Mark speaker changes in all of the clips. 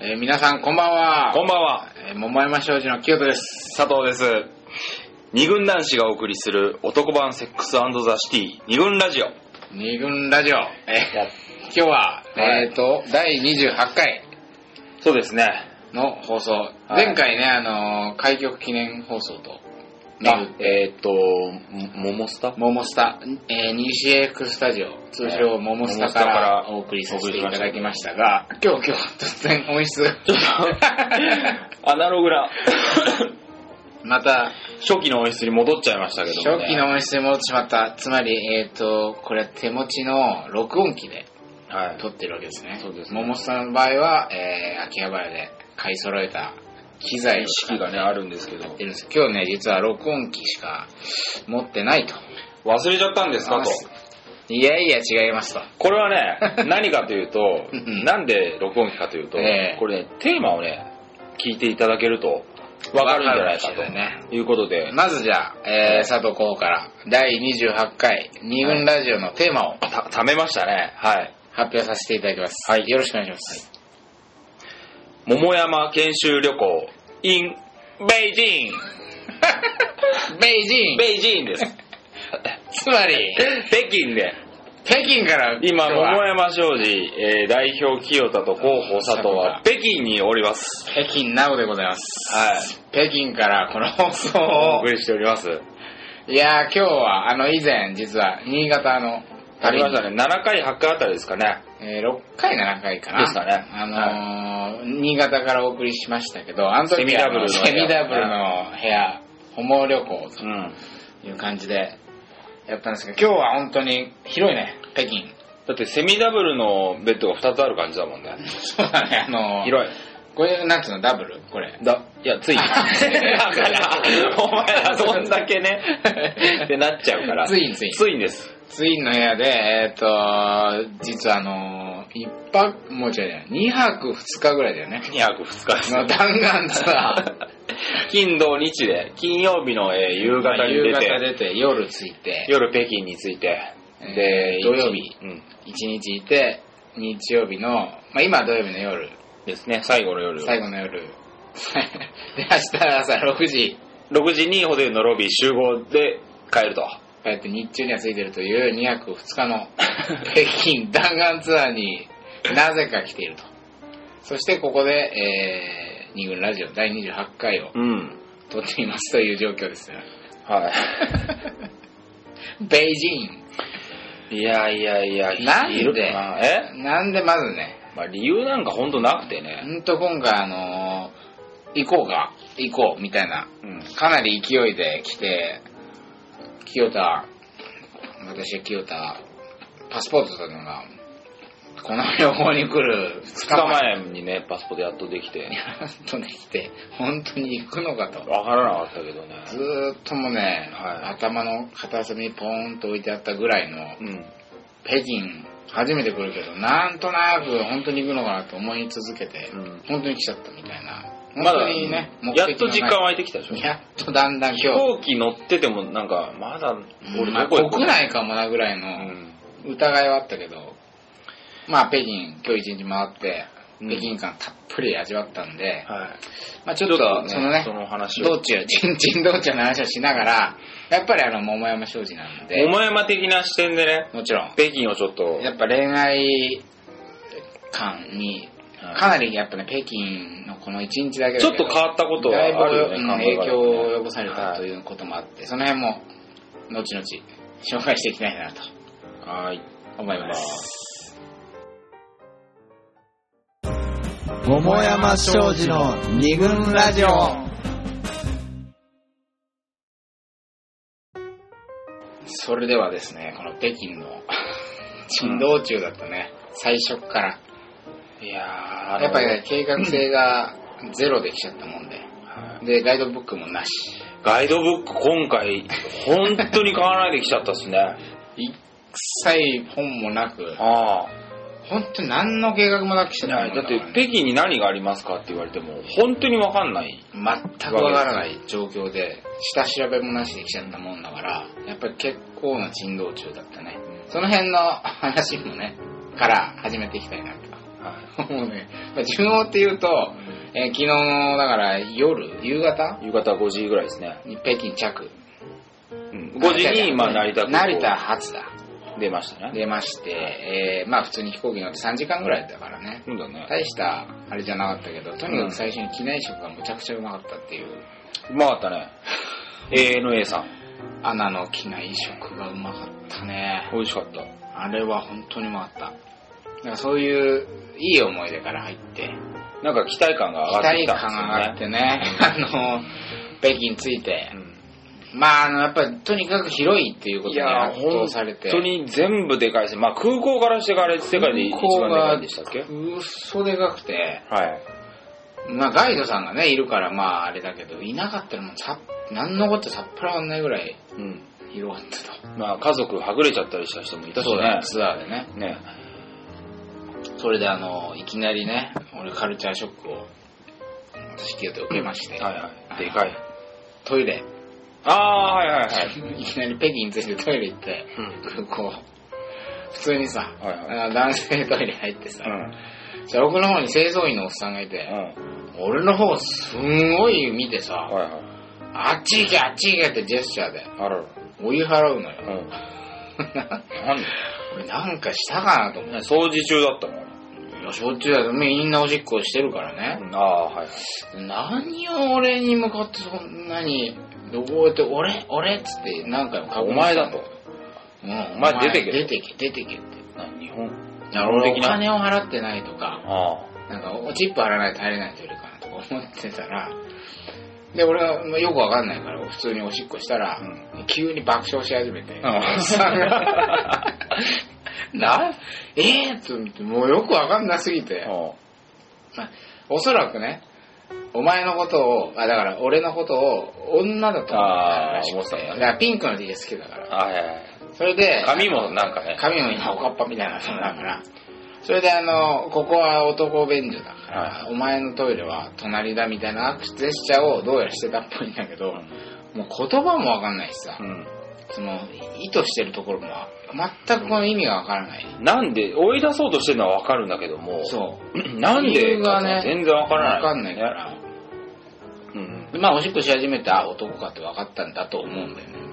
Speaker 1: えー皆さんこんばんは。
Speaker 2: こんばんは、
Speaker 1: えー桃山商事の清人です。
Speaker 2: 佐藤です。二軍男子がお送りする男版セックスザシティ二軍ラジオ。
Speaker 1: 二軍ラジオ。えー今日は、
Speaker 2: はい
Speaker 1: えっ、と、第28回
Speaker 2: そうですね。
Speaker 1: の放送。
Speaker 2: い
Speaker 1: 前回ね、あのー開局記念放送と、
Speaker 2: あ
Speaker 1: 巡っ、て
Speaker 2: えーっと、ももスタ
Speaker 1: モモスタ、えー、西 AF スタジオ、通称モモスタか
Speaker 2: モモスタから
Speaker 1: らお送りさせていただきましたが、今日今日突然音質、
Speaker 2: アナログな
Speaker 1: また
Speaker 2: 初期の音質に戻っちゃいましたけども、ね。
Speaker 1: 初期の音質に戻ってしまった。つまり、えっ、と、これは手持ちの録音機で
Speaker 2: はい。
Speaker 1: 撮ってるわけですね。
Speaker 2: そうですね
Speaker 1: 桃さんの場合は、えー、秋葉原で買い揃えた機材を
Speaker 2: 意識がね、あるんですけど
Speaker 1: やっ。てるんです今日ね、実は録音機しか持ってないと。
Speaker 2: 忘れちゃったんですかと。
Speaker 1: いやいや、違いますと。
Speaker 2: これは ね、何かというと
Speaker 1: うんうん、
Speaker 2: なんで録音機かというと、
Speaker 1: ええ
Speaker 2: これね、テーマをね、聞いていただけると、わかるんじゃないか
Speaker 1: わかるんですよね
Speaker 2: ということで、
Speaker 1: まずじゃあ、えー、佐藤候補から第28回二軍ラジオのテーマを
Speaker 2: た、貯めましたね。はい。
Speaker 1: 発表させていただきます。
Speaker 2: はい
Speaker 1: よろしくお願いします。
Speaker 2: 桃山研修旅行 in ベイジ
Speaker 1: ベイジ
Speaker 2: ーン。
Speaker 1: ン
Speaker 2: ベイジーンです。
Speaker 1: つまり、
Speaker 2: 北京で。
Speaker 1: 北京から
Speaker 2: 今、
Speaker 1: 日は
Speaker 2: 桃山商事、えー代表清田と広報佐藤は北京におります。
Speaker 1: 北京ナウでございます。
Speaker 2: はい。
Speaker 1: 北京からこの放送
Speaker 2: お
Speaker 1: を
Speaker 2: 送、りしております。
Speaker 1: いやー今日はあの以前実は新潟の
Speaker 2: ありまし
Speaker 1: した
Speaker 2: ね。7回、8回あたりですかね。
Speaker 1: えー、6回7回かな。
Speaker 2: ですかね
Speaker 1: あのー新潟からお送りしましたけど、あの時
Speaker 2: セミダブルの
Speaker 1: あセミダブルの部屋、ホモ旅行
Speaker 2: うん。
Speaker 1: という感じでやったんですけど、今日は本当に広いね、北京。
Speaker 2: だってセミダブルのベッドが2つある感じだもんね。
Speaker 1: そうだね、あのー
Speaker 2: 広い。
Speaker 1: これ、なんつうの、ダブルこれ。
Speaker 2: だ、いや、つい。だから、 お前らそんだけね、 ってなっちゃうから。
Speaker 1: ツインツイン
Speaker 2: ついんです。
Speaker 1: ツインの部屋で、えっ、と、実はあのー、一泊、もう違う違う、二泊二日ぐらいだよ ね。
Speaker 2: 2泊2日ですね
Speaker 1: の弾丸ツアー。
Speaker 2: 金土日で金曜日の、えー夕方に出
Speaker 1: 夕方
Speaker 2: て
Speaker 1: 出て夜着いて
Speaker 2: 夜北京に着いて
Speaker 1: え
Speaker 2: で
Speaker 1: ー土曜日
Speaker 2: 一うん、
Speaker 1: 一日いて日曜日の、まあ、今は土曜日の夜
Speaker 2: ですね最後の夜
Speaker 1: 最後の夜 で明日朝6時
Speaker 2: 6時にホテルのロビー集合で帰ると
Speaker 1: 帰って日中には着いてるという2泊2日 の北京弾丸ツアーになぜか来ているとそしてここで、えー、二軍ラジオ第28回を
Speaker 2: うん
Speaker 1: 撮っていますという状況です
Speaker 2: は
Speaker 1: ベイジ
Speaker 2: いいやいやいや
Speaker 1: なんで
Speaker 2: いるかなえ、
Speaker 1: ンなんでまずね
Speaker 2: まあ、理由なんか本当なくてね、
Speaker 1: うんと今回あのー行こうか行こうみたいな
Speaker 2: うん、
Speaker 1: かなり勢いで来て、清田、私は清田、パスポートというのが、この旅行に来る2
Speaker 2: 2
Speaker 1: 日
Speaker 2: 日
Speaker 1: 前
Speaker 2: 前にねパスポートやっとできて
Speaker 1: やっとできて、本当に行くのかと。
Speaker 2: わからなかったけどね
Speaker 1: ずーっともうね、
Speaker 2: はい
Speaker 1: 頭の片隅にポーンと置いてあったぐらいの、
Speaker 2: うん
Speaker 1: 北京、初めて来るけど、なんとなく本当に行くのかなと思い続けて、
Speaker 2: うん
Speaker 1: 本当に来ちゃったみたいな。本
Speaker 2: ま
Speaker 1: 当
Speaker 2: だ、
Speaker 1: にね、目
Speaker 2: やっ
Speaker 1: 的
Speaker 2: と
Speaker 1: のない
Speaker 2: 時間湧いてきたでしょ
Speaker 1: やっとだんだん
Speaker 2: 飛
Speaker 1: 今日、
Speaker 2: 行機乗っててもなんかまだ
Speaker 1: ま
Speaker 2: 俺
Speaker 1: あ
Speaker 2: どこ行く
Speaker 1: 国内かもなぐらいうの
Speaker 2: ん
Speaker 1: 疑いはあったけど、まあ北京今日一日回って
Speaker 2: うん
Speaker 1: 北京感たっぷり味わったんで、
Speaker 2: はい
Speaker 1: まあちょっとそのね
Speaker 2: その話
Speaker 1: 道
Speaker 2: を。
Speaker 1: 中ちん ちん道中の話をしながらやっぱりあの桃山商事なんで
Speaker 2: 桃山的な視点でね、
Speaker 1: もちろん
Speaker 2: 北京をちょっと、
Speaker 1: やっぱ恋愛感に
Speaker 2: はい
Speaker 1: かなりやっぱね北京のこの一日だけだけ
Speaker 2: ち
Speaker 1: ど
Speaker 2: ょっと変わったことは
Speaker 1: だ
Speaker 2: あ
Speaker 1: いぶ、
Speaker 2: るよね、
Speaker 1: うん
Speaker 2: 考
Speaker 1: 影
Speaker 2: え方がね
Speaker 1: 響を及ぼされたと
Speaker 2: はい
Speaker 1: いうこともあって、その辺も後々紹介していきたいなと
Speaker 2: はい。
Speaker 1: 思います。
Speaker 3: 桃山商事の二軍ラジオ
Speaker 1: それではですね、この北京の珍道中だったね、最初っから。
Speaker 2: いやー
Speaker 1: やっぱり、ね、計画性がゼロできちゃったもんで。
Speaker 2: はい
Speaker 1: で、ガイドブックもなし。
Speaker 2: ガイドブック今回、本当に買わないできちゃったっ すね。
Speaker 1: 一切本もなく、
Speaker 2: ああ。
Speaker 1: 本当に何の計画もなくしちゃ
Speaker 2: い
Speaker 1: ったも
Speaker 2: や
Speaker 1: ん
Speaker 2: だ
Speaker 1: だか
Speaker 2: って
Speaker 1: ら、ね。
Speaker 2: 北京に何がありますかって言われても、本当にわかんない。
Speaker 1: 全くわからない状況で、下調べもなしできちゃったもんだから、やっぱり結構な珍道中だったね。その辺の話もね、から始めていきたいなともうね、まあ、順応っていうと、えー昨日の、だから夜、夕方
Speaker 2: 夕方5時ぐらいですね。
Speaker 1: に北京着。
Speaker 2: うん、5時に、まあ、成田空港
Speaker 1: 成田発だ。
Speaker 2: 出ましたね。
Speaker 1: 出まして、えーまあ普通に飛行機乗って3時間ぐらいだったからね。
Speaker 2: そうだね。
Speaker 1: 大したあれじゃなかったけど、とにかく最初に機内食がむちゃくちゃうまかったっていう。
Speaker 2: うまかったね。ANA さん。
Speaker 1: 穴の機内食がうまかったね。
Speaker 2: 美味しかった。
Speaker 1: あれは本当にうまかった。だからそういういい思い出から入って、
Speaker 2: なんか期待感が
Speaker 1: 期
Speaker 2: 上がって
Speaker 1: 待
Speaker 2: きた
Speaker 1: 感上がっ
Speaker 2: んですよね。
Speaker 1: てね、あの、北京ついて、まあ、あの、やっぱりとにかく広いっていうこと
Speaker 2: い
Speaker 1: に
Speaker 2: や
Speaker 1: 圧
Speaker 2: ー、
Speaker 1: 倒されて、
Speaker 2: 本当に全部でかいですね。まあ空港からしてから世界で一番でかいんでしたっけ
Speaker 1: うっそでかくて、
Speaker 2: はい。
Speaker 1: まあガイドさんがね、いるからまああれだけど、いなかったらもうさ、なんのことさっぱらわかんないぐらい
Speaker 2: うん。
Speaker 1: 広かった
Speaker 2: まあ家族はぐれちゃったりした人もいた
Speaker 1: と。
Speaker 2: しね。
Speaker 1: ツアーでね。
Speaker 2: ね。
Speaker 1: それであの、いきなりね、俺カルチャーショックを、私、清と受けまして、
Speaker 2: はいはい。でかい。
Speaker 1: トイレ、
Speaker 2: ああー、はいはいはい。
Speaker 1: いきなり北京についてトイレ行って、空港、普通にさ、
Speaker 2: はいは
Speaker 1: あの男性トイレ入ってさ、
Speaker 2: うん。
Speaker 1: じゃあ奥の方に清掃員のおっさんがいて、
Speaker 2: う
Speaker 1: 俺の方すんごい見てさ、
Speaker 2: ん。はいはい。
Speaker 1: あっち行けあっち行けってジェスチャーで
Speaker 2: あらら。
Speaker 1: 追い払うのよ。
Speaker 2: うん。 なんで
Speaker 1: 俺なんかしたかなと思っ
Speaker 2: ね掃除中だったの
Speaker 1: て。いや、しょっちゅうだよ。みんなおしっこしてるからね。
Speaker 2: ああ、はいはい。
Speaker 1: 何を俺に向かってそんなに、どこって、俺、俺っつって何回も確認
Speaker 2: お前だと。
Speaker 1: うん、
Speaker 2: お前出てけ
Speaker 1: 出てけ、出てけって。
Speaker 2: な日本
Speaker 1: だから俺
Speaker 2: 基本的
Speaker 1: お
Speaker 2: な
Speaker 1: 金を払ってないとか、
Speaker 2: ああ。
Speaker 1: なんかおチップ払わないと入れないといかなとか思ってたら、で、俺はまあよくわかんないから、普通におしっこしたら、急に爆笑し始めて、
Speaker 2: ん
Speaker 1: おっさんが、 な、えー、っと思って、もうよくわかんなすぎて、
Speaker 2: あ
Speaker 1: まあおそらくね、お前のことを、あだから俺のことを女だと思ったらしくて、
Speaker 2: あー思ってたんだ
Speaker 1: だ
Speaker 2: ね
Speaker 1: からピンクの T シャツ着てたから、
Speaker 2: あ、はいはい。
Speaker 1: それで、
Speaker 2: 髪もなんかね。
Speaker 1: 髪の今おかっぱみたいなのだから、それであの、ここは男便所だから、お前のトイレは隣だみたいなアクセスチャーをどうやらしてたっぽいんだけど、もう言葉もわかんないしさ
Speaker 2: う、ん。
Speaker 1: その、意図してるところも全くこの意味がわからない。
Speaker 2: なんで、追い出そうとしてるのはわかるんだけども、
Speaker 1: そう。
Speaker 2: なん
Speaker 1: 理
Speaker 2: で
Speaker 1: 由が
Speaker 2: か
Speaker 1: ね
Speaker 2: 全然わからな
Speaker 1: わ
Speaker 2: い。
Speaker 1: かんないから。
Speaker 2: うん。
Speaker 1: でまあ、おしっこし始めて、あ、男かって分かったんだと思うんだよね。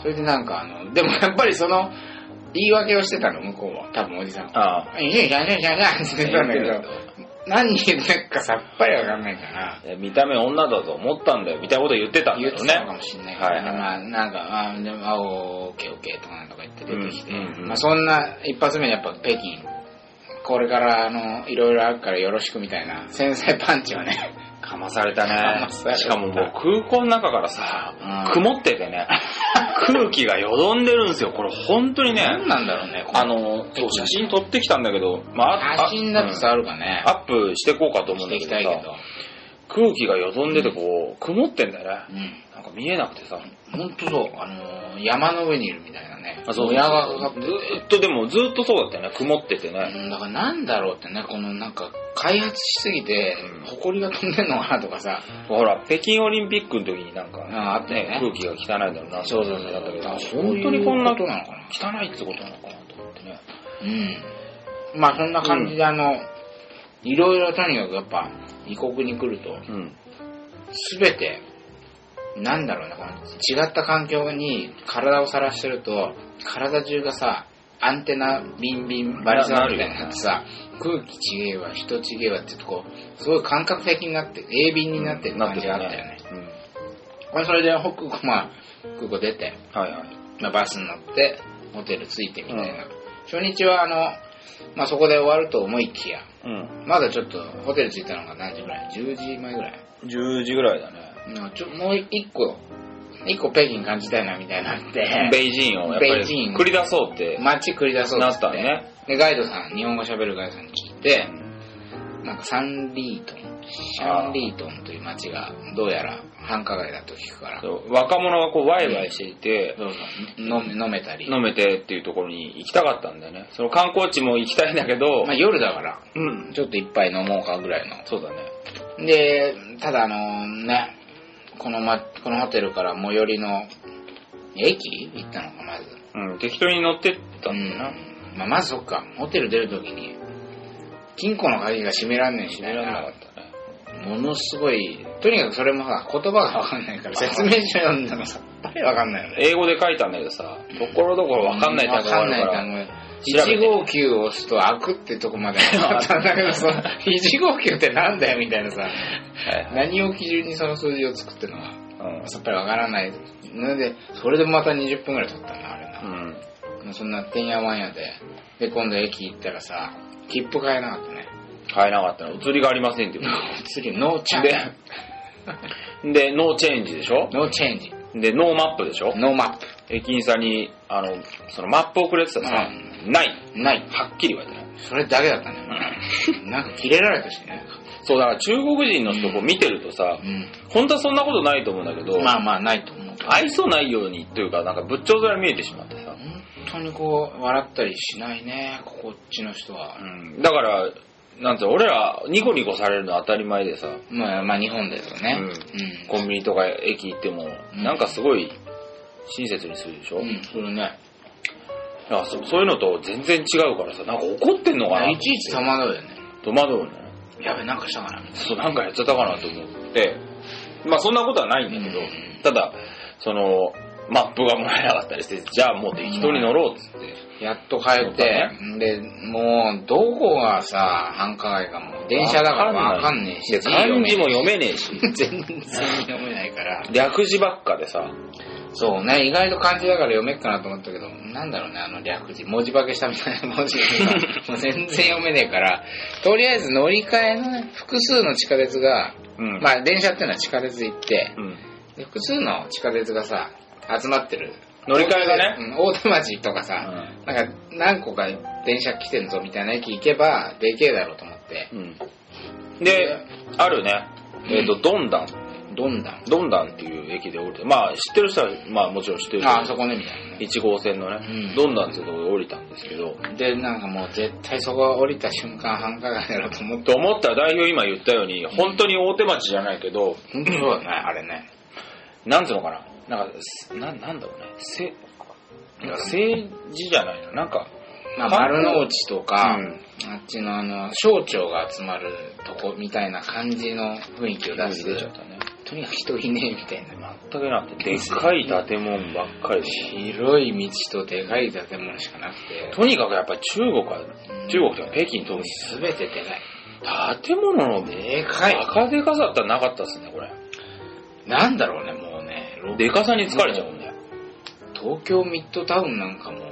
Speaker 1: それでなんかあの、でもやっぱりその、言い訳をしてたの、向こうは。多分おじさんは。
Speaker 2: ああ。
Speaker 1: いやいやいやいやいやって言ってたんだけど、何言ってるかさっぱりわかんないから、
Speaker 2: え見た目女だと思ったんだよ、みたいなこと言ってたんだ
Speaker 1: 言っ
Speaker 2: よ
Speaker 1: て
Speaker 2: ね
Speaker 1: たの。かもしれないから、ね
Speaker 2: はい
Speaker 1: まあなんか、あでもあオッケーオッケーとかなんとか言って出てきて、
Speaker 2: うんうんうん
Speaker 1: まあそんな一発目にやっぱ北京、これからあの、いろいろあるからよろしくみたいな、繊細パンチは ね、
Speaker 2: かまされた
Speaker 1: か
Speaker 2: ね
Speaker 1: まされ。た
Speaker 2: しかももう空港の中からさ
Speaker 1: う、ん
Speaker 2: 曇って てね、空気がよどんでるんですよ。これ本当にね、
Speaker 1: 何なんだろうね、この
Speaker 2: あ、の、そう写真撮ってきたんだけど、まあ、あ
Speaker 1: 写真だとさ、あるかね
Speaker 2: うん、アップしてこうかと思う
Speaker 1: し
Speaker 2: ん
Speaker 1: て
Speaker 2: だ
Speaker 1: いき
Speaker 2: けど
Speaker 1: たいけ
Speaker 2: さ
Speaker 1: ど、
Speaker 2: 空気がよどんでてこう、曇ってんだよね。
Speaker 1: う
Speaker 2: なんか見えなくてさ。
Speaker 1: ん、ほんとそう、あの山の上にいるみたいなね、
Speaker 2: あ、そう
Speaker 1: 親がかかって
Speaker 2: ずーっとでも、ずーっとそうだったよね。曇っててね。
Speaker 1: うんだからなんだろうってね、このなんか開発しすぎて
Speaker 2: うん、
Speaker 1: 埃が飛んでんのかなとかさ、
Speaker 2: ほら、北京オリンピックの時になんか、
Speaker 1: ああったよね
Speaker 2: 空気が汚いんだろうな。
Speaker 1: そうそうそう
Speaker 2: だったけど、
Speaker 1: あ
Speaker 2: 本
Speaker 1: そういう
Speaker 2: 当にこんな
Speaker 1: ことなのか
Speaker 2: 汚いってことなのかなと思ってね。
Speaker 1: うん。まあそんな感じであの、いろいろとにかくやっぱ異国に来ると、
Speaker 2: うん。
Speaker 1: すべて、なんだろうな、この違った環境に体をさらしてると、体中がさ、アンテナビンビンバリザーみたいになってさ、空気ちげえわ、人ちげえわってこう、すごい感覚的になって、鋭敏になってる感じがあったよね。
Speaker 2: うん。
Speaker 1: まあそれで北空港、まあ、空港出て、
Speaker 2: はいはい。
Speaker 1: まあ、バスに乗って、ホテル着いてみたいな。初日は、あの、まあ、そこで終わると思いきや、
Speaker 2: うん。
Speaker 1: まだちょっと、ホテル着いたのが何時ぐらい ?10 時前ぐらい。
Speaker 2: 10時ぐらいだね。
Speaker 1: うんちょもう一個、一個北京感じたいな、みたいになって、
Speaker 2: ベイジーンをやっぱ
Speaker 1: ベイジー
Speaker 2: り
Speaker 1: ン
Speaker 2: 繰り出そうって
Speaker 1: 街繰り出そうっ
Speaker 2: な
Speaker 1: つ
Speaker 2: っ
Speaker 1: って
Speaker 2: たね。
Speaker 1: で、ガイドさん、日本語喋るガイドさんに聞いて、なんかサンリートン、シャンリートンという街が、どうやら繁華街だと聞くから、
Speaker 2: そう若者がこうワイワイしていて、
Speaker 1: どうぞ、飲め飲めたり、
Speaker 2: 飲めてっていうところに行きたかったんだよね。その観光地も行きたいんだけど、
Speaker 1: まあ、夜だから、
Speaker 2: うん。
Speaker 1: ちょっと一杯飲もうかぐらいの
Speaker 2: そうだね。
Speaker 1: で、ただあのね、このま、このホテルから最寄りの駅行ったのか、まず。
Speaker 2: うん。適当に乗ってった
Speaker 1: うん
Speaker 2: だよな。
Speaker 1: ん。まあ、まずそっか、ホテル出るときに、金庫の鍵が閉めらんねえみたい
Speaker 2: なか
Speaker 1: な
Speaker 2: っ、た
Speaker 1: ものすごい、とにかくそれもさ、言葉がわかんないから、説明書読んだのさっぱりわかんないよね。
Speaker 2: 英語で書いたんだけどさところどころ分かんない単語があるから
Speaker 1: わかんない
Speaker 2: 調べて
Speaker 1: 単語。159を押すと開くってとこまで あったんだけどさ、159ってなんだよみたいなさ、
Speaker 2: はい
Speaker 1: 何を基準にその数字を作ってるのか、
Speaker 2: はい
Speaker 1: さっぱりわからない。ので、それでまた20分ぐらい経ったな、あれな。
Speaker 2: うんうん
Speaker 1: もうそんなてんやわんやで。で、今度駅行ったらさ、切符買えなかったね。
Speaker 2: 買えなかったの移りがありませんって言う
Speaker 1: 次、ノーチャン
Speaker 2: ででノーチェンジでしょ
Speaker 1: ノーチェンジ。
Speaker 2: でノーマップでしょ
Speaker 1: ノーマップ。
Speaker 2: 駅員さんにあのそのマップをくれてたらさ「ない」
Speaker 1: ない。
Speaker 2: はっきり言われたの
Speaker 1: それだけだった ね。なんか切れられたしね。
Speaker 2: そうだから中国人の人こう見てると
Speaker 1: う
Speaker 2: さ本当はそんなことないと思うんだけど、
Speaker 1: ん。まあまあ、ないと思うけど。
Speaker 2: 愛想ないようにというかなんか仏頂面見えてしまってさ、
Speaker 1: 本当にこう、笑ったりしないね、こっちの人は
Speaker 2: う。ん、だからなんていうの俺らニコニコされるの当たり前でさ
Speaker 1: まあまあ、日本ですよね。
Speaker 2: コンビニとか駅行っても、
Speaker 1: うん
Speaker 2: なんかすごい親切にするでしょ、
Speaker 1: うん。うん、それね。
Speaker 2: だからそそういうのと全然違うからさなんか怒ってんのかない
Speaker 1: ちいち戸惑うよね。
Speaker 2: 戸惑うね
Speaker 1: やべ、なんかしたかな、みたい
Speaker 2: そうなんかやっちゃったかなと思ってまあそんなことはないんだけど、
Speaker 1: うん
Speaker 2: ただそのマップがもらえなかったりしてじゃあもう適当に乗ろうっつって、
Speaker 1: な。やっと帰って、で、もう、どこがさ、繁華街かも、電車だからわかんねえし、
Speaker 2: で
Speaker 1: 字読
Speaker 2: 漢
Speaker 1: め
Speaker 2: 字も読めねえし
Speaker 1: 全然読めないから。
Speaker 2: 略字ばっかでさ
Speaker 1: そうね、意外と漢字だから読めっかなと思ったけど、なんだろうね、あの略字、文字化けしたみたいな 文字が もう全然読めねえから、とりあえず乗り換えのね、複数の地下鉄が、
Speaker 2: うん
Speaker 1: まあ電車っていうのは地下鉄行って
Speaker 2: う、ん
Speaker 1: で複数の地下鉄がさ、集まってる。
Speaker 2: 乗り換えがね
Speaker 1: うん大手町とかさ、なんか何個か電車来てんぞみたいな駅行けば、でけえだろうと思って、
Speaker 2: うんであるねえっ、とドンダン
Speaker 1: どんだん。
Speaker 2: ドンダンっていう駅で降りてまあ知ってる人はまあもちろん知ってる
Speaker 1: あ、あそこね、みたいなね。
Speaker 2: 1号線のね、
Speaker 1: うん
Speaker 2: ドンダンっていうところで降りたんですけど
Speaker 1: で、なんかもう絶対そこ降りた瞬間繁華街だろうと思って。
Speaker 2: と思ったら代表今言ったように本当に大手町じゃないけど
Speaker 1: 本当そうだね、あれね。
Speaker 2: なんつうのかななんかすななんだろうねせ政治じゃないななんか
Speaker 1: まあ、
Speaker 2: 観光
Speaker 1: 丸の内とか、
Speaker 2: うん
Speaker 1: あっちのあの、省庁が集まるとこみたいな感じの雰囲気を出す。
Speaker 2: 出ちゃったね
Speaker 1: とにかく人いねえみたいな。
Speaker 2: 全くなくてでっかい建物ばっかりで
Speaker 1: 広い道とでかい建物しかなくて、
Speaker 2: とにかくやっぱり中国は中国とか北京特に
Speaker 1: すべてでかい。
Speaker 2: 建物の
Speaker 1: でかい
Speaker 2: バカでかさったらなかったっすねこれ
Speaker 1: なんだろうね、もうね。
Speaker 2: でかさに疲れちゃうね
Speaker 1: 東京ミッドタウンなんかもう、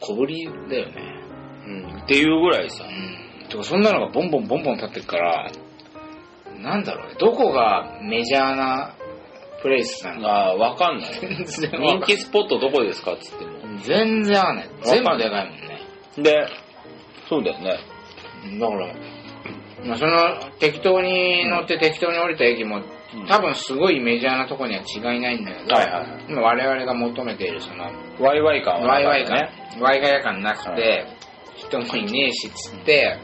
Speaker 1: 小ぶりだよね。
Speaker 2: うんっていうぐらいさ
Speaker 1: うん。てか、そんなのがボンボンボンボン立ってるから、なんだろうね、どこがメジャーなプレイスなのか。
Speaker 2: ああわかんない
Speaker 1: 全然 わかん
Speaker 2: 人
Speaker 1: ない
Speaker 2: 気スポットどこですかっつっても
Speaker 1: 全然合わない。全
Speaker 2: わ
Speaker 1: 部
Speaker 2: かんな
Speaker 1: で
Speaker 2: い
Speaker 1: かいもんね。
Speaker 2: でそうだよね
Speaker 1: だから、まあ、その適当に乗って適当に降りた駅も、
Speaker 2: うん
Speaker 1: 多分すごいメジャーなとこには違いないんだけど、
Speaker 2: はいはいは
Speaker 1: 今我々が求めているその、
Speaker 2: ワイワイ感は
Speaker 1: ワイワイ
Speaker 2: なかった
Speaker 1: 感
Speaker 2: ね、
Speaker 1: ワイガヤ感なくて、
Speaker 2: は
Speaker 1: 人もいねえしっつって、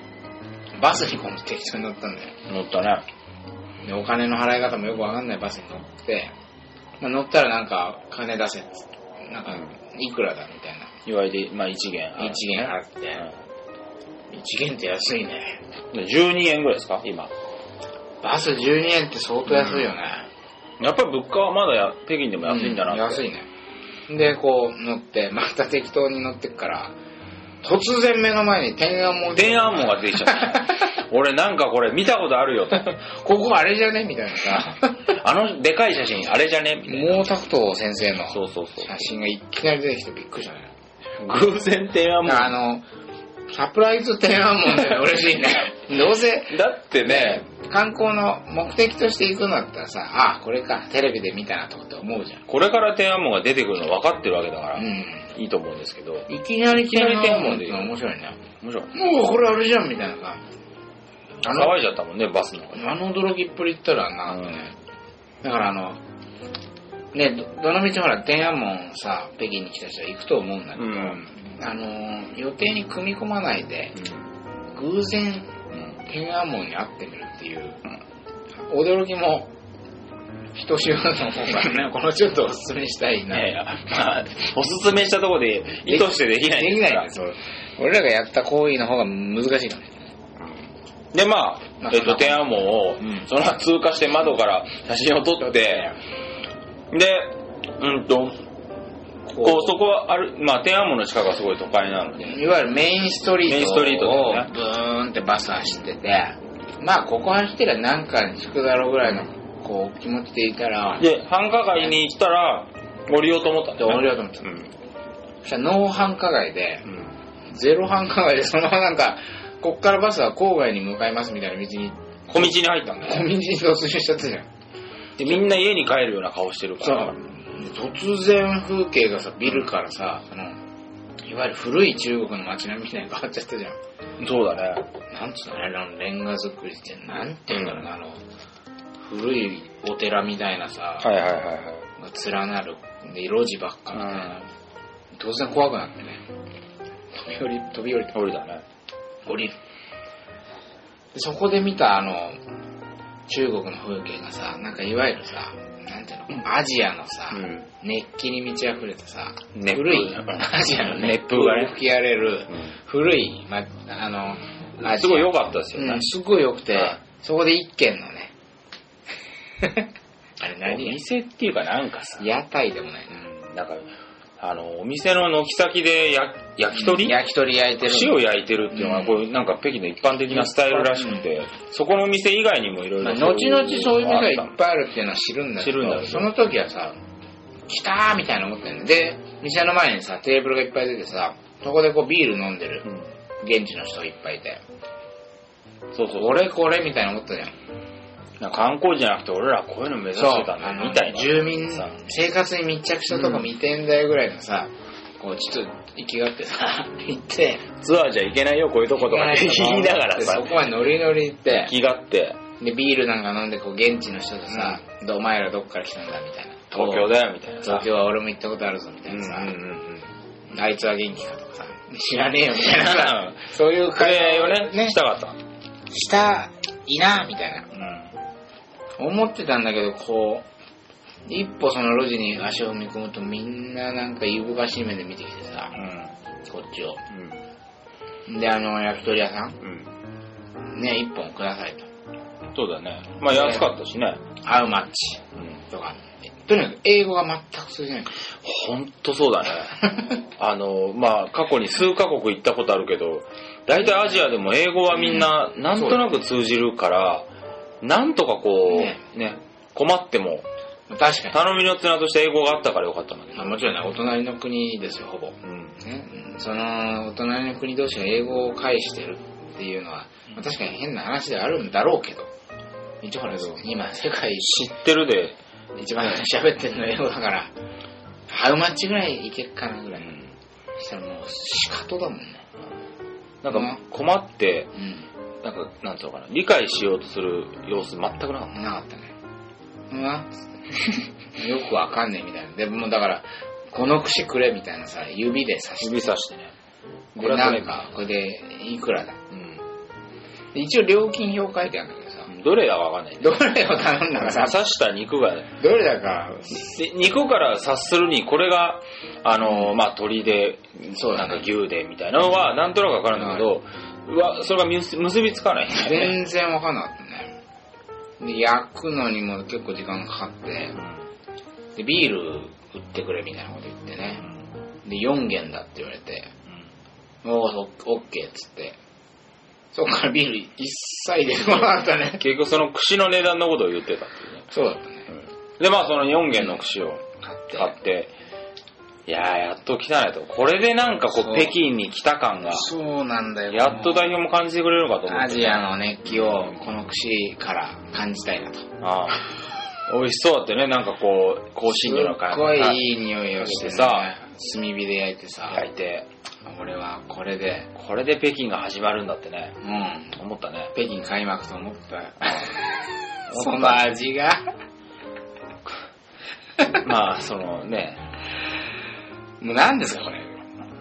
Speaker 1: バスに今度適当に乗ったんだよ。
Speaker 2: 乗ったね
Speaker 1: でお金の払い方もよくわかんないバスに乗って、まあ、乗ったらなんか金出せっつって、なんかいくらだみたいな。
Speaker 2: 言われてまあ一元
Speaker 1: 1元払って、1元って安いね。
Speaker 2: うん12円ぐらいですか今
Speaker 1: バス12円って相当安いよね。
Speaker 2: やっぱり物価はまだや北京でも安いんだなって、
Speaker 1: 安いね。で、こう乗って、また適当に乗ってくから、突然目の前に天安門。
Speaker 2: 天安門が出てきち ゃった俺なんかこれ見たことあるよと
Speaker 1: ここあれじゃねみたいなさ、
Speaker 2: あのでかい写真あれじゃねみたいな
Speaker 1: 毛沢東先生の
Speaker 2: そうそうそう
Speaker 1: 写真がいきなり出てきてびっくりしたね。
Speaker 2: 偶然天安
Speaker 1: だからあ
Speaker 2: 門
Speaker 1: の、サプライズ天安門で嬉し いね。どうせ、
Speaker 2: だってね
Speaker 1: 観光の目的として行くんだったらさ、ああ、これか、テレビで見たなとかって思うじゃん。
Speaker 2: これから天安門が出てくるの分かってるわけだから、
Speaker 1: うん。
Speaker 2: いいと思うんですけど
Speaker 1: いきなり
Speaker 2: きなり天安門
Speaker 1: っていうのは面白いね。
Speaker 2: もちろん
Speaker 1: もうこれあれじゃんみたいなさ。あの、
Speaker 2: 騒いじゃったもんねバスの中で
Speaker 1: あの驚きっぷりったらなかったね。だからあの、ね、どどの道ほら天安門さ、北京に来た人は行くと思うんだけ
Speaker 2: う
Speaker 1: ど、
Speaker 2: ん、
Speaker 1: あの、予定に組み込まないで、偶然天安門に会ってみるっていう、驚きも、ひとしおの方がね、このちょっとお勧めしたい
Speaker 2: い
Speaker 1: な。
Speaker 2: やいや、まあ、おすすめしたところで意図してできない
Speaker 1: できないんですよ。俺らがやった行為の方が難しいかもしれない。
Speaker 2: でまあ
Speaker 1: まあ、
Speaker 2: えっと、天安門を、
Speaker 1: ん
Speaker 2: そのまま通過して窓から写真を撮って、で、うんと、こうそこはある、まあ、天安門の近くはすごい都会なので、
Speaker 1: いわゆるメインストリ
Speaker 2: メインストリ
Speaker 1: ー
Speaker 2: ー
Speaker 1: ト
Speaker 2: ト
Speaker 1: を
Speaker 2: だよね
Speaker 1: ブーンってバス走ってて、まあここ走ってりゃなんかに着くだろうぐらいのこう気持ちでいたら、
Speaker 2: で、繁華街に行ったら、降りようと思ったん
Speaker 1: で
Speaker 2: だよ
Speaker 1: 降
Speaker 2: ね
Speaker 1: りようと思ってた。そしたらノー繁華街で
Speaker 2: う、んうん
Speaker 1: ゼロ繁華街でそのままなんか、こっからバスは郊外に向かいますみたいな道に、
Speaker 2: 小道に入ったんだ
Speaker 1: コ
Speaker 2: よ
Speaker 1: ンビニに突入しちゃったじゃん。
Speaker 2: で、みんな家に帰るような顔してるか
Speaker 1: そ
Speaker 2: ら
Speaker 1: う、。突然風景がさ、ビルからさ、その、いわゆる古い中国の街並みみたいに変わっちゃったじゃん。
Speaker 2: そうだね。
Speaker 1: なんつうのあれのレンガ作りってなんていうんだろうな、あの古いお寺みたいなさ、
Speaker 2: はいはいはいはい。
Speaker 1: が連なるで路地ばっかみたいな、当然怖くなってね飛び降り飛び降り
Speaker 2: 降りたね。
Speaker 1: 降りるでそこで見たあの中国の風景がさなんかいわゆるさなんていうのアジアのさ、
Speaker 2: うん。
Speaker 1: 熱気に満ち溢れたさ
Speaker 2: 熱風
Speaker 1: 古いアジアの熱風
Speaker 2: 熱風がね
Speaker 1: が吹き荒れる古い、ま、あのアジア
Speaker 2: すごい良かったですよ
Speaker 1: う
Speaker 2: ね
Speaker 1: ん、。すごい良くて、
Speaker 2: はい
Speaker 1: そこで一軒のね、 あれ
Speaker 2: お
Speaker 1: 何
Speaker 2: 店っていうかなんかさ、
Speaker 1: 屋台でもないな。
Speaker 2: うんなんか、あの、お店の軒先でや焼き鳥
Speaker 1: 焼き鳥焼いてる。
Speaker 2: 串を焼いてるっていうの
Speaker 1: う
Speaker 2: が、
Speaker 1: ん
Speaker 2: こういうなんか北京の一般的なスタイルらしくて、そこの店以外にもいろい
Speaker 1: まあ
Speaker 2: ろ。
Speaker 1: 後々そういう店がいっ
Speaker 2: い。
Speaker 1: ぱいあるっていうのは知るんだけ
Speaker 2: 知るんだ
Speaker 1: ど、
Speaker 2: けど
Speaker 1: その時はさ、来たーみたいな思ったよね。で、店の前にさ、テーブルがいっぱい出てさ、そこでこうビール飲んでる
Speaker 2: うん
Speaker 1: 現地の人いっぱいいて、
Speaker 2: そうそう。
Speaker 1: 俺これみたいな思ったじゃん。
Speaker 2: なんか観光地じゃなくて俺らこういうの目指
Speaker 1: そ
Speaker 2: して
Speaker 1: う、
Speaker 2: たん
Speaker 1: あ
Speaker 2: だ
Speaker 1: の
Speaker 2: みたいな。
Speaker 1: 住民
Speaker 2: さ、
Speaker 1: 生活に密着したとこ
Speaker 2: うん
Speaker 1: 見てんだよぐらいのさ、こうちょっと行きがってさ、行って、
Speaker 2: ツアーじゃ行けないよこういうとことかって言いながらさ
Speaker 1: そ、こまでノリノリ行って
Speaker 2: 行、きがって、
Speaker 1: で、ビールなんか飲んで、こう、現地の人とさ、でお前らどっから来たんだみたいな。
Speaker 2: 東京だよみたいなさ。
Speaker 1: 東京は俺も行ったことあるぞみた
Speaker 2: う
Speaker 1: い
Speaker 2: んう
Speaker 1: なさ、
Speaker 2: んうんうん。
Speaker 1: あいつは元気かとかさ、知らねえよみたいなさ、そういう
Speaker 2: これをね、
Speaker 1: ね
Speaker 2: し、たかった。
Speaker 1: したいな、みたいな。
Speaker 2: う
Speaker 1: 思ってたんだけど、こう、一歩その路地に足を踏み込むとみんななんかいぶかしい目で見てきてさ、
Speaker 2: ん。
Speaker 1: こっちを。で、あの、焼き鳥屋さん、
Speaker 2: うん。
Speaker 1: ね、一本くださいと。
Speaker 2: うん。そうだね。まあ安かったしね。
Speaker 1: 合うマッチ
Speaker 2: うん。
Speaker 1: とか。とにかく英語が全く通じない。
Speaker 2: ほんとそう だね。あの、まあ過去に数カ国行ったことあるけど、大体アジアでも英語はみんななんとなく通じるから、なんとかこ
Speaker 1: ね
Speaker 2: う、ね、困っても、
Speaker 1: 確かに。
Speaker 2: 頼みの綱として英語があったからよかったんだけど。
Speaker 1: まあ、もちろんね、お隣の国ですよ、ほぼ。
Speaker 2: うん。
Speaker 1: ね、その、お隣の国同士が英語を介してるっていうのは、まあ確かに変な話ではあるんだろうけど、一応ほら、今、世界
Speaker 2: 知ってるで、
Speaker 1: 一番喋ってるの英語だから、ハウマッチぐらいいけっかなぐらいの。したらもう、仕方だもんね。
Speaker 2: なん
Speaker 1: うん
Speaker 2: か困って、
Speaker 1: う
Speaker 2: なんか、なんつうのかな、理解しようとする様子全くなかった。
Speaker 1: ん。なかったね。うわ よくわかんねえみたいな。でもうだから、この串くれみたいなさ、指で刺して。
Speaker 2: 指さしてね。
Speaker 1: で、なんか、これで、いくらだ。で一応料金表書いてあるんだけどさ、
Speaker 2: どれだかわかんない。
Speaker 1: どれを頼んだかさ
Speaker 2: 刺、した肉が、で
Speaker 1: どれだか、
Speaker 2: 肉から察するに、これが、あのー、まあ、鳥で、
Speaker 1: そうだ
Speaker 2: なん
Speaker 1: ね
Speaker 2: か牛で、みたいなのは、なんとなくわかるんだけど、うわ、それが結結びつかない。
Speaker 1: 全然わかんなかったね。で、焼くのにも結構時間かかって、で、ビール売ってくれみたいなこと言ってね。で、4軒だって言われて、おー、オッケーっつって。そっからビール一切出てこなかったね。
Speaker 2: 結局その串の値段のことを言ってたっていうね。
Speaker 1: そうだったね。
Speaker 2: で、まあ、その4軒の串を
Speaker 1: 買って。
Speaker 2: 買って、いやー、やっと来たねと。これでなんかこ
Speaker 1: そう
Speaker 2: う、北京に来た感が、
Speaker 1: そうなんだよ。
Speaker 2: やっと代表も感じてくれるのかと思って。
Speaker 1: アジアの熱気をこの串から感じたいなと。
Speaker 2: ああ美味しそうだってね、なんかこう、香
Speaker 1: す
Speaker 2: 辛料の
Speaker 1: っ
Speaker 2: 感
Speaker 1: ごい
Speaker 2: じ
Speaker 1: いい匂いをしてね
Speaker 2: さ
Speaker 1: 炭火で焼いてさ、
Speaker 2: 焼いて、
Speaker 1: 俺はこれで、
Speaker 2: これで北京が始まるんだってね
Speaker 1: う、ん、
Speaker 2: 思ったね。
Speaker 1: 北京開幕と思った よ。その味が、
Speaker 2: まあ、そのね、
Speaker 1: もう何ですかこれ。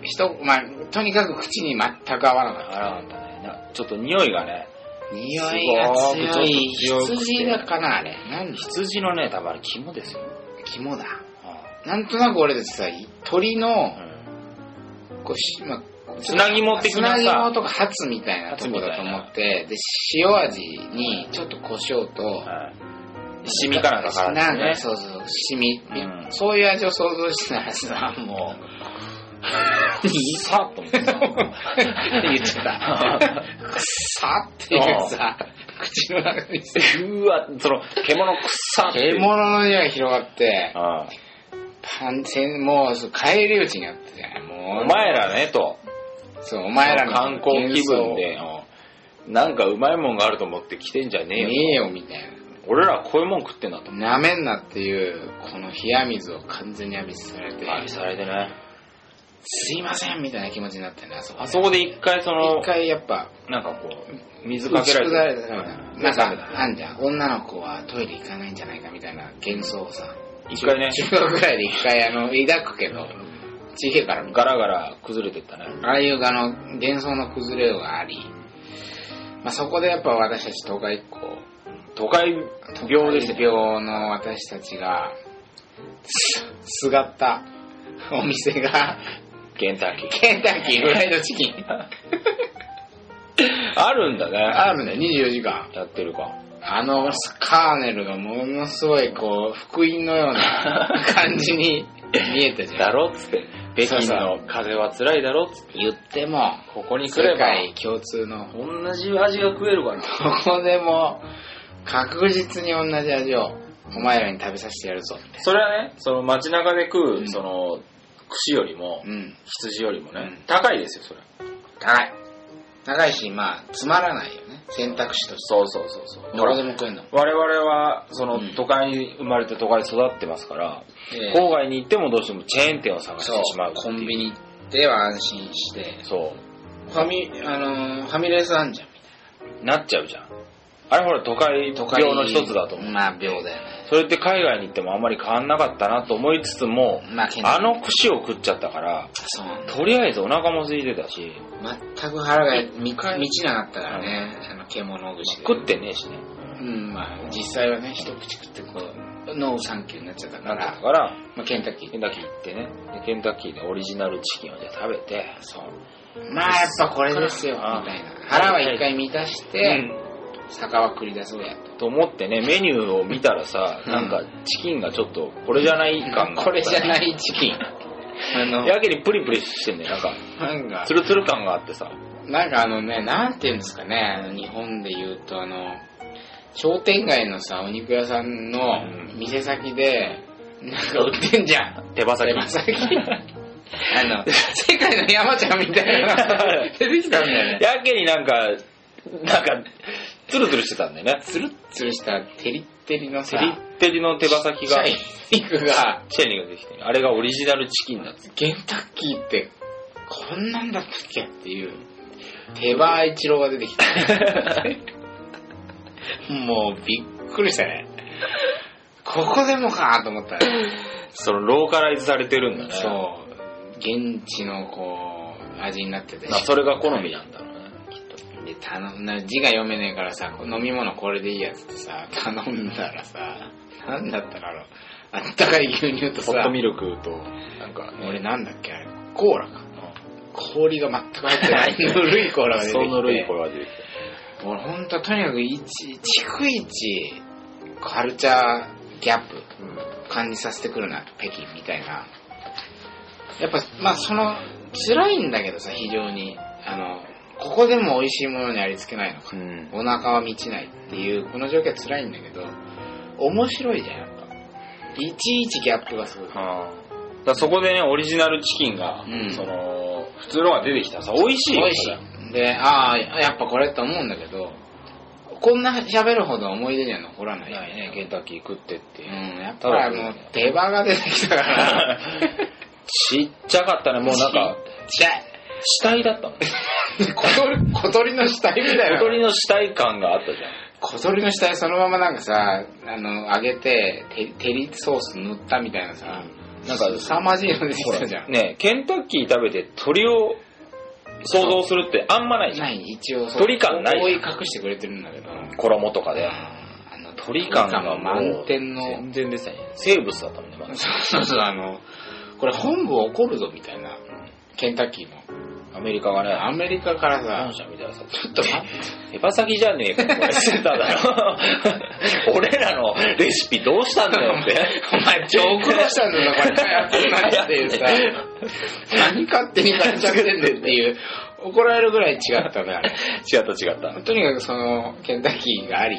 Speaker 1: 人、まあ、とにかく口に全く合わな
Speaker 2: あ
Speaker 1: かっ
Speaker 2: らなかったね。なちょっと匂いがね、
Speaker 1: た。匂いが強い。
Speaker 2: すごくちょっと強くて
Speaker 1: 羊だかなあれ。何
Speaker 2: 羊のね、多分あれ肝ですよ。
Speaker 1: 肝だ。
Speaker 2: あ
Speaker 1: なんとなく俺たちさ、鳥
Speaker 2: あ
Speaker 1: の
Speaker 2: う、ん
Speaker 1: こうし、まあ、
Speaker 2: つなぎも的
Speaker 1: つ
Speaker 2: な
Speaker 1: なぎも
Speaker 2: さ、
Speaker 1: とかハツみたいなとこだと思って、で、塩味にちょっと胡椒と、
Speaker 2: はいシミかなんかから
Speaker 1: なんか
Speaker 2: ですね。
Speaker 1: そうそう、シミ、
Speaker 2: うん
Speaker 1: そういう味を想像してたらさ、もう、
Speaker 2: さっと思ってさ
Speaker 1: 言っちゃった。くっさっていうさ、口の中に
Speaker 2: うわ、その、獣くっさっていう。
Speaker 1: 獣の匂いが広がって、
Speaker 2: ああ
Speaker 1: パンセン、もうそう帰り討ちにあったじゃない。もう、
Speaker 2: お前らね、と。
Speaker 1: そう、お前らの
Speaker 2: 観光気分で、うんなんかうまいもんがあると思って来てんじゃねえ
Speaker 1: 幻想、
Speaker 2: よ。
Speaker 1: 見えよみたいな。
Speaker 2: 俺らこういうもん食ってんだと。
Speaker 1: なめんなっていう、この冷や水を完全に浴びせられて、
Speaker 2: 愛されてね。
Speaker 1: すいませんみたいな気持ちになってね、あそこ。
Speaker 2: あそこで一回その
Speaker 1: 一、回やっぱ、
Speaker 2: なんかこう、水
Speaker 1: 打
Speaker 2: か
Speaker 1: ち
Speaker 2: け
Speaker 1: 砕
Speaker 2: られ
Speaker 1: れ
Speaker 2: て
Speaker 1: たような、
Speaker 2: うん
Speaker 1: なんか、あんじゃん、女の子はトイレ行かないんじゃないかみたいな幻想をさ、
Speaker 2: 一回ね、
Speaker 1: 中学ぐらいで一回あの、抱くけど、地平からも
Speaker 2: ガラガラ崩れてったね。
Speaker 1: ああいうあの幻想の崩れがあり、まあ、そこでやっぱ私たち東海一校、
Speaker 2: 都会病ですよ。
Speaker 1: 病の私たちが、すすがったお店が、
Speaker 2: ケンタッキー。
Speaker 1: ケンタッキーフライドチキン。
Speaker 2: あるんだね。
Speaker 1: あるんだよ、24時間。
Speaker 2: やってるか。
Speaker 1: あのカーネルがものすごいこう、福音のよう な感じに見えたじゃ
Speaker 2: だ
Speaker 1: ん。
Speaker 2: ろっつって。北京の風は辛いだろっつって。
Speaker 1: 言っても、
Speaker 2: ここに来
Speaker 1: 世
Speaker 2: れば、
Speaker 1: 界共通の
Speaker 2: 同じ味が食えるかな。
Speaker 1: ここでも確実に同じ味をお前らに食べさせてやるぞって。
Speaker 2: それはね、その街中で食う、
Speaker 1: うん
Speaker 2: その、串よりも、
Speaker 1: うん。
Speaker 2: 羊よりもね、
Speaker 1: うん
Speaker 2: 高いですよ、それ。
Speaker 1: 高い。高いし、まあ、つまらないよね。選択肢として。
Speaker 2: そうそうそうそう。
Speaker 1: どこでも食えるの。
Speaker 2: 我々は、その、
Speaker 1: うん
Speaker 2: 都会に生まれて都会に育ってますから、
Speaker 1: ええ
Speaker 2: 郊外に行ってもどうしてもチェーン店を探して
Speaker 1: そう
Speaker 2: しまうっていう
Speaker 1: コンビニでは安心して。
Speaker 2: そ
Speaker 1: ファミ、あのーファミレスあんじゃん。
Speaker 2: う。なっちゃうじゃん。あれほら、都会、
Speaker 1: 都
Speaker 2: 都
Speaker 1: 会
Speaker 2: 会の一つだと思う。
Speaker 1: まあ、秒だよね。
Speaker 2: それって海外に行ってもあんまり変わんなかったなと思いつつも、
Speaker 1: まあ、けど
Speaker 2: あ、の串を食っちゃったから、
Speaker 1: そうなんだ
Speaker 2: とりあえずお腹も空いてたし、
Speaker 1: 全く腹がみ満ちなかったからね、あの、獣口で。
Speaker 2: 食ってねえしね。
Speaker 1: うん、まあ、実際はね、一口食ってこう、ノーサンキューになっちゃった
Speaker 2: な
Speaker 1: か
Speaker 2: んだ
Speaker 1: ら、
Speaker 2: から、
Speaker 1: まあ、ケンタッキー
Speaker 2: ケンタッキー行ってね。でケンタッキーでオリジナルチキンをじゃあ食べて、そう。
Speaker 1: まあやっぱこれですよ、み
Speaker 2: ああ
Speaker 1: たいな。腹は一回満たして、
Speaker 2: う
Speaker 1: 酒は繰り出そうやと。
Speaker 2: んと思ってね、メニューを見たらさ、
Speaker 1: うん
Speaker 2: なんかチキンがちょっとこれじゃない感があった。
Speaker 1: これじゃないチキン。 あの、
Speaker 2: やけにプリプリしてんねなんか、
Speaker 1: なんか
Speaker 2: ツ、ルツル感があってさ。
Speaker 1: なんかあのね、なんていうんですかね、あの日本で言うとあの、商店街のさ、お肉屋さんの
Speaker 2: うん
Speaker 1: 店先で、なんか売ってんじゃん。
Speaker 2: 手羽先。
Speaker 1: 手羽先。あの、 世界の山ちゃんみたいなのが 出てきたんだよね。
Speaker 2: やけになんか、なんか、ツルツルしてたんだよね。ツル
Speaker 1: つるしたテリッテリの
Speaker 2: テ
Speaker 1: さ、
Speaker 2: リッテリの手羽先が、
Speaker 1: シャイ
Speaker 2: チ
Speaker 1: 肉が、
Speaker 2: ェーンができてるあれがオリジナルチキンだっつって。
Speaker 1: ケンタッキーってこんなんだったっけっていう手羽一郎が出て きたもうびっくりしたねここでもかと思ったね
Speaker 2: その、ローカライズされてるんだね。
Speaker 1: そう現地のこう味になってて
Speaker 2: まあそれが好みなんだろうね。
Speaker 1: で頼んだ字が読めねえからさこう飲み物これでいいやつってさ頼んだらさなんだったかろあのあったかい牛乳と
Speaker 2: ホッ
Speaker 1: さ
Speaker 2: トミルクと、なんかね、
Speaker 1: 俺なんだっけあれコーラか氷が全く入ってない ぬるいコーラが出てき
Speaker 2: そ
Speaker 1: て
Speaker 2: んな類これは出てきて。
Speaker 1: 俺本当とにかくいち逐一カルチャーギャップ感じさせてくるな北京みたいなやっぱまあその辛いんだけどさ非常にあのここでも美味しいものにありつけないのか
Speaker 2: うん。
Speaker 1: お腹は満ちないっていうこの状況は辛いんだけど面白いじゃんやっぱいちいちギャップがすごい
Speaker 2: はあ、だからそこでね、オリジナルチキンが、
Speaker 1: うん
Speaker 2: その、普通のが出てきたらさ、美味しいよ
Speaker 1: 美味しいでああやっぱこれって思うんだけどこんな喋るほど思い出には残ら
Speaker 2: そ
Speaker 1: ない
Speaker 2: れ
Speaker 1: よ
Speaker 2: ないね、ケンタッキー食ってって。
Speaker 1: うん、やっぱりあの、出羽が出てきたから、
Speaker 2: ちっちゃかったね、 もうな んか、
Speaker 1: ちっちゃい。
Speaker 2: 死体だったもん。
Speaker 1: 小鳥、小鳥の死体みたいな
Speaker 2: 小。鳥の死体感があったじゃ
Speaker 1: 小鳥の死体そのままなんかさ、あの、揚げて、て照りソース塗ったみたいなさ、
Speaker 2: ん。
Speaker 1: な
Speaker 2: なんん
Speaker 1: か
Speaker 2: か、
Speaker 1: 凄まじいの出てきたじゃん。
Speaker 2: ね、ケンタッキー食べて鳥を想像するってあんまないじゃ。
Speaker 1: なんい、一応そう。
Speaker 2: 鳥感ない
Speaker 1: 覆い隠してくれてるんだけど、
Speaker 2: 衣とかで。
Speaker 1: あの、
Speaker 2: 鳥感がもう
Speaker 1: 満点の、
Speaker 2: 全然でしたね。生物だったもんね、まだ
Speaker 1: そうそうそう、あの、これ本部怒るぞみたいな、ケンタッキーの。
Speaker 2: アメリカがね、
Speaker 1: アメリカから
Speaker 2: 本
Speaker 1: さ、
Speaker 2: 社みたいなさ、ちょっと待って、手羽先じゃねえか、 これしてただろ。俺らのレシピどうしたんだよって。お前、
Speaker 1: 超苦労したんだよな、これ。開発 にな っていうさ、何勝手に買っちゃってんねんっていう、怒られるぐらい違ったね、あれ。
Speaker 2: 違った違っ た。
Speaker 1: とにかくその、ケンタッキーがあり、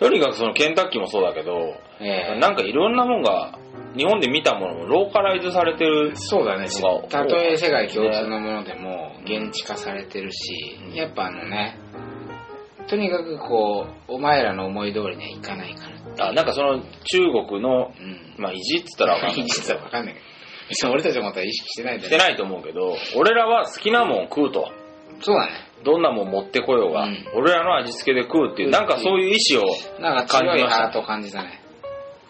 Speaker 2: とにかくそのケンタッキーもそうだけど、
Speaker 1: ええ
Speaker 2: なんかいろんなもんが、日本で見たものもローカライズされてる。
Speaker 1: そうだね
Speaker 2: そうか
Speaker 1: たとえ世界共通のものでも現地化されてるしやっぱあのねとにかくこうお前らの思い通りにはいかないから
Speaker 2: あ、なんかその中国の、
Speaker 1: うん
Speaker 2: まあ、意地っつったらわかんない。
Speaker 1: 実は分か んないけど別に俺たちのことは意識してないんだ
Speaker 2: し
Speaker 1: よ
Speaker 2: てないと思うけど、俺らは好きなもん食うと。
Speaker 1: そうだね
Speaker 2: どんなもん持ってこようが、
Speaker 1: うん
Speaker 2: 俺らの味付けで食うっていう、なんかそういう意思を、
Speaker 1: なんか強いハートを感じたね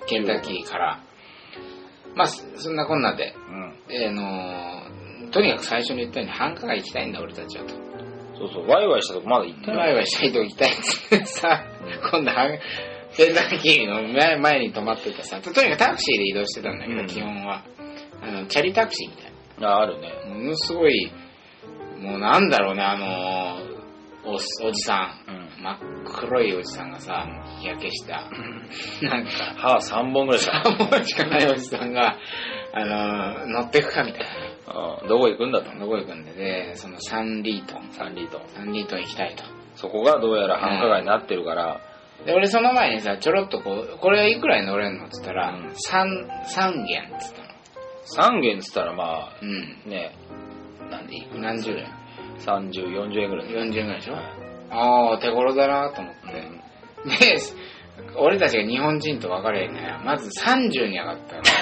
Speaker 1: ケンタッキーからまあそそんなこんなでえーのーとにかく最初に言ったように繁華街行きたいんだ俺たちはと
Speaker 2: そうそう、ワイワイしたとこまだ行って
Speaker 1: ワ
Speaker 2: ない。
Speaker 1: イワイしたいとこ行きたいっつって さ、今度は、ケンタッキーの前前に泊まってたさ、ととにかくタクシーで移動してたんだけど、
Speaker 2: うん
Speaker 1: 基本は。あの、チャリタクシーみたい
Speaker 2: あ、あるね。
Speaker 1: な。ものすごい、もうなんだろうね、あのーおっ、おじさん。
Speaker 2: うん。
Speaker 1: 真っ黒いおじさんがさ、日焼けした。なんか、
Speaker 2: 歯3本ぐらいしかない。
Speaker 1: 半分しかないおじさんが、あのー乗ってくかみたい
Speaker 2: うんどこ行くんだと。
Speaker 1: な。どこ行くんで、で、そのサンリートン。
Speaker 2: サンリート。
Speaker 1: サンリートン行きたいと。
Speaker 2: そこがどうやら繁華街になってるから、
Speaker 1: で俺その前にさちょろっとこうこれいくらに乗れんのっつったら、
Speaker 2: うん
Speaker 1: 三三元っつったの
Speaker 2: 3軒っつったらまあ、
Speaker 1: うん
Speaker 2: ね、なんでいい
Speaker 1: 何十円
Speaker 2: 30、40円ぐらい。
Speaker 1: 40円ぐらいでしょ、
Speaker 2: はい
Speaker 1: ああ手頃だなと思って、
Speaker 2: うん
Speaker 1: で俺たちが日本人と分かれへんからまず30に上がっ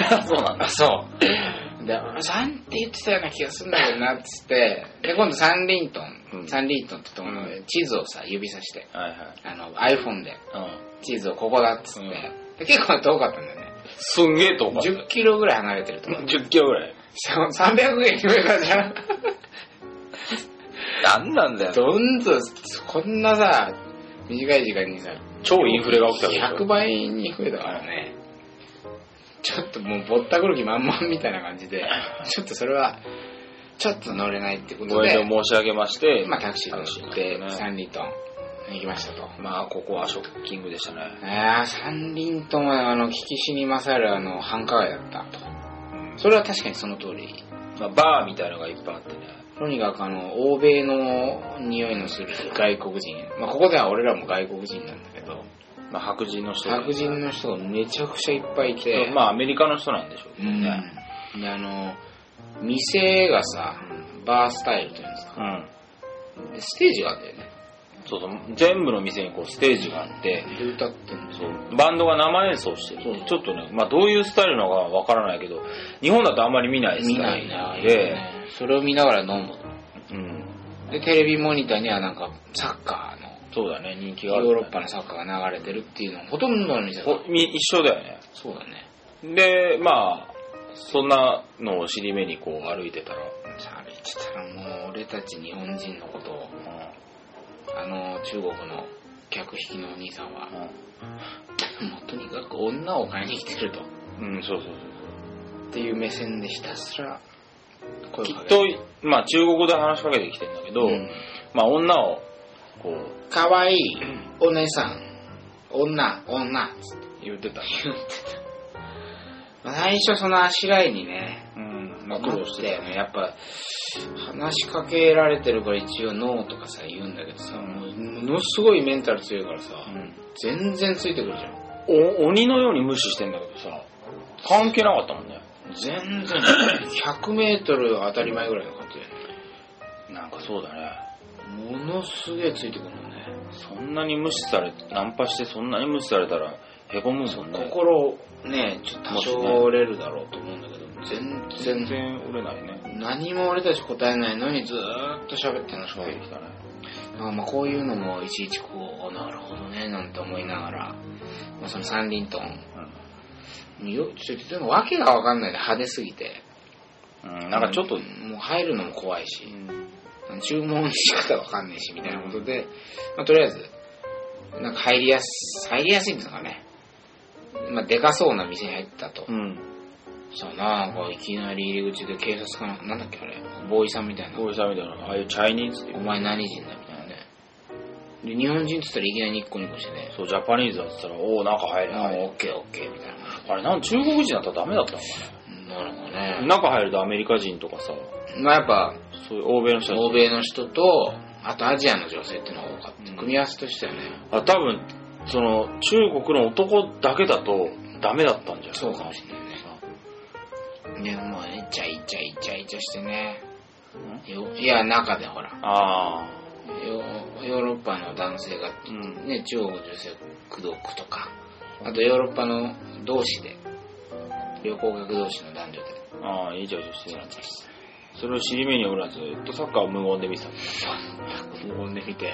Speaker 1: た のそうなんだそうで俺3って言ってたような気がするんだけどなっつってで今度サンリートン、
Speaker 2: うん
Speaker 1: サンリートンってとこの地図をさ指さして
Speaker 2: はいはい。
Speaker 1: あの iPhone で
Speaker 2: うん。
Speaker 1: 地図をここだっつって、
Speaker 2: うん
Speaker 1: で結構遠かったんだよね
Speaker 2: すんげえ遠かった。
Speaker 1: 10キロぐらい離れてると思う
Speaker 2: 10キロぐらい。
Speaker 1: 300円増えたじゃん。
Speaker 2: なんなんだよ。
Speaker 1: どんどん、こんなさ、短い時間にさ、
Speaker 2: 超インフレが起きたわけ
Speaker 1: 100
Speaker 2: でし
Speaker 1: 倍に増えたからね。ちょっともうぼったくる気満々みたいな感じで、ちょっとそれは、ちょっと乗れないってこ
Speaker 2: ょ
Speaker 1: と
Speaker 2: ご
Speaker 1: で、
Speaker 2: 遠慮申し上げまして、
Speaker 1: まあタクシーで乗って
Speaker 2: タクシーに乗、
Speaker 1: サンリートン行きましたと。
Speaker 2: まあ、ここはショッキングでしたね。
Speaker 1: ああ、サンリートンはあの、聞き死に勝るあの、繁華街だったと。それは確かにその通り。
Speaker 2: まあ、バーみたいのがいっぱいあってね。
Speaker 1: とにかくあの、欧米の匂いのする外国人。まあ、ここでは俺らも外国人なんだけど、
Speaker 2: まあ、白人の人が
Speaker 1: 白人の人がめちゃくちゃいっぱいいて、
Speaker 2: まあ、アメリカの人なんでしょうけ
Speaker 1: う
Speaker 2: ど
Speaker 1: ん。
Speaker 2: ね。
Speaker 1: で、あの、店がさ、バースタイルというんですか。
Speaker 2: うん。
Speaker 1: でステージがあったよね。
Speaker 2: そうそう、全部の店にこうステージがあって、
Speaker 1: で、歌ってんの。
Speaker 2: そうバンドが生演奏してる。ちょっとね、まあどういうスタイルなのかわからないけど、日本だとあんまり見ないス
Speaker 1: 見
Speaker 2: タ
Speaker 1: な
Speaker 2: イ
Speaker 1: いな、
Speaker 2: ルで、
Speaker 1: それを見ながら飲む。
Speaker 2: うん、
Speaker 1: で、テレビモニターにはなんか、サッカーの、
Speaker 2: そうだね、人気があ
Speaker 1: ヨ
Speaker 2: る、
Speaker 1: ーロッパのサッカーが流れてるっていうのほとんどの店だ
Speaker 2: おみ一緒だよ
Speaker 1: そうだね。
Speaker 2: ね。で、まあ、そんなのを尻目にこう歩いてたら、
Speaker 1: さあ、言ってたらもう俺たち日本人のことを、あの中国の客引きのお兄さんは、もうとにかく女を買いに来てると。っ
Speaker 2: うん、うん、そうそうそう。
Speaker 1: ていう目線でひたすら声
Speaker 2: き
Speaker 1: をか
Speaker 2: っ
Speaker 1: け
Speaker 2: と、まあ中国語で話しかけてきてんだけど、
Speaker 1: うん
Speaker 2: まあ女を、こう、
Speaker 1: かわいい、お姉さん、女、女、つって
Speaker 2: 言ってた。
Speaker 1: 言ってた。最初そのあしらいにね、
Speaker 2: うん、まあ苦労して
Speaker 1: たよね。やっぱ、話しかけられてるから一応ノーとかさ言うんだけどさ、もうものすごいメンタル強いからさ、
Speaker 2: た。うん
Speaker 1: 全然ついてくるじゃん。
Speaker 2: お鬼のように無視してんだけどさ関係なかったもんね
Speaker 1: 全然、100メートル当たり前ぐらいの感じだよね
Speaker 2: なんかそうだね
Speaker 1: ものすげえついてくるもんね。
Speaker 2: そんなに無視されナンパしてそんなに無視されたらへこむもんね
Speaker 1: 心をね、ちょっと多少
Speaker 2: もしね
Speaker 1: 折れるだろうと思うんだけど、全
Speaker 2: 全
Speaker 1: 然、
Speaker 2: 然売れないね
Speaker 1: 何も俺たち答えないのにずーっと喋ってんのしか
Speaker 2: 出てきたね
Speaker 1: まあまあこういうのもいちいちこう、なるほどね、なんて思いながら、まあ、その三輪トン、よちょっとでも訳がわかんないで派手すぎて、
Speaker 2: うん、うんなんかちょっと、
Speaker 1: もう入るのも怖いし、注文の仕方わかんねえし、みたいなことで、まあ、とりあえず、なんか入りやす、入りやすいんですかね。まあ、でかそうな店に入ったと。
Speaker 2: うん
Speaker 1: さあなんかいきなり入り口で警察かななんだっけあれボーイさんみたいな
Speaker 2: 大井さんみたいな、ああいうチャイニーズってい
Speaker 1: お
Speaker 2: う。
Speaker 1: 前何人だみたいなねで日本人って言ったらいきなりニッコニコしてね
Speaker 2: そう、ジャパニーズだって言ったら、おお、なんか入れ
Speaker 1: あ
Speaker 2: な
Speaker 1: あ
Speaker 2: い。
Speaker 1: オッケーオッケーみたいな
Speaker 2: あれ、なん中国人だったらダメだったのか
Speaker 1: なるほど
Speaker 2: な
Speaker 1: ね
Speaker 2: 中入るとアメリカ人とかさ、
Speaker 1: まあやっぱ
Speaker 2: そういう欧米の人たち
Speaker 1: 欧米の人とあとアジアの女性っていうのが多かった組み合わせとしてはね
Speaker 2: あ多分その中国の男だけだとダメだったんじゃない
Speaker 1: そうかもしれないねでもうねイチャイチャイチャイチャしてねよいや中でほら
Speaker 2: ああ
Speaker 1: ヨヨーロッパの男性が
Speaker 2: うん
Speaker 1: ね、中国の女性を口説くとか、あとヨーロッパの同士で、旅行客同士の男女で、
Speaker 2: ああいいじゃんいいじゃんして
Speaker 1: チ
Speaker 2: な
Speaker 1: ラ
Speaker 2: い
Speaker 1: チラして
Speaker 2: それを尻目に俺はずっとサッカーを無言で見てた
Speaker 1: 無言で見て、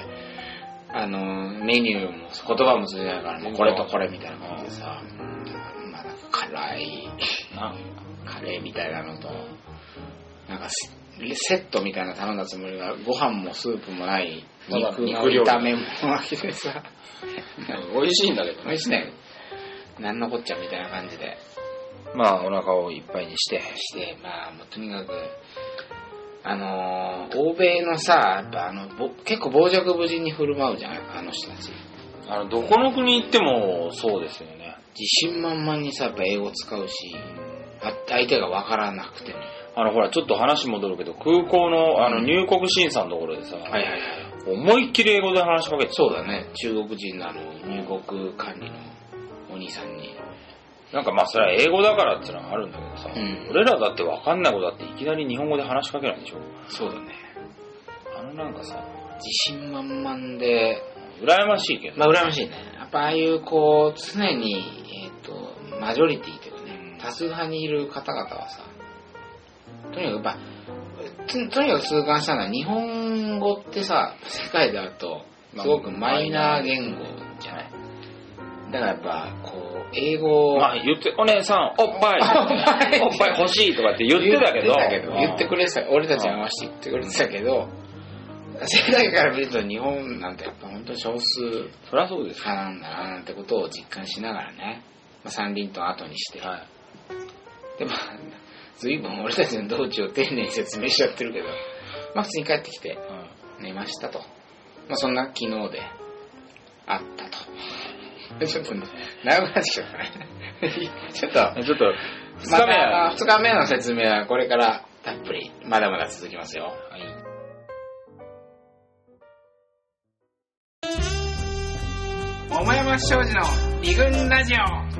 Speaker 1: あの、メニューも、言葉も通じないから、もうこれとこれみたいな感じでさ、まあなんか辛い、
Speaker 2: な
Speaker 1: カレーみたいなのと、なんかセセットみたいなの頼んだつもりが、ご飯もスープもない、
Speaker 2: ただ
Speaker 1: 肉
Speaker 2: 肉料理
Speaker 1: 炒めもあきでさ、
Speaker 2: 美味しいんだけど
Speaker 1: 美味しいね。なんのこっちゃみたいな感じで。
Speaker 2: まあお腹をいっぱいにして
Speaker 1: して、まあ、もうとにかく、あのー欧米のさ、やっぱあの、ぼ結構傍若無人に振る舞うじゃん、あの人たち。
Speaker 2: あのどこの国行ってもそうですよね
Speaker 1: 自信満々にさ、やっぱ英語使うし、あ相手がわからなくても。
Speaker 2: あのほらちょっと話戻るけど空港のあの入国審査のところでさ、
Speaker 1: はいはいはい。
Speaker 2: 思いっきり英語で話しかけてた
Speaker 1: そうだね、中国人のあの、入国管理のお兄さんに。
Speaker 2: なんかまあそれは英語だからってのはあるんだけどさ、
Speaker 1: うん
Speaker 2: 俺らだって分かんないことだっていきなり日本語で話しかけないでしょ
Speaker 1: そうだね。
Speaker 2: あのなんかさ
Speaker 1: 自信満々で、
Speaker 2: 羨ましいけど、
Speaker 1: まあ、羨ましいね。やっぱああいう、こう、常に、えっ、と、マジョリティというかね、多数派にいる方々はさ、とにかく、まあ、つとにかく痛感したのは、日本語ってさ、世界であると、すごくマイナー言語じゃない。だからやっぱ、こう、英語を、
Speaker 2: まあ言って、お姉さん、おっぱい、
Speaker 1: お
Speaker 2: お
Speaker 1: っ
Speaker 2: っ
Speaker 1: ぱ
Speaker 2: ぱ
Speaker 1: い
Speaker 2: い欲しいとかって言ってたけど、
Speaker 1: 言って
Speaker 2: れ
Speaker 1: くれてた、俺たちに合わせて言ってくれてたけど、世界から見ると日本なんてやっぱ本当に少数
Speaker 2: そりゃそうですよ。
Speaker 1: 派なんだななんてことを実感しながらね、まあ、三輪と後にして、
Speaker 2: はい。
Speaker 1: でまあ随分俺たちの道中を丁寧に説明しちゃってるけど、まあ、普通に帰ってきて寝ましたと、まあ、そんな昨日であった とちょっと長くなってきちゃったね ちょっと
Speaker 2: うんちょっと、二
Speaker 1: ま
Speaker 2: 日目
Speaker 1: たあ
Speaker 2: は、
Speaker 1: の二日目の説明はこれからたっぷりまだまだ続きますよ桃山庄司の二軍ラジオ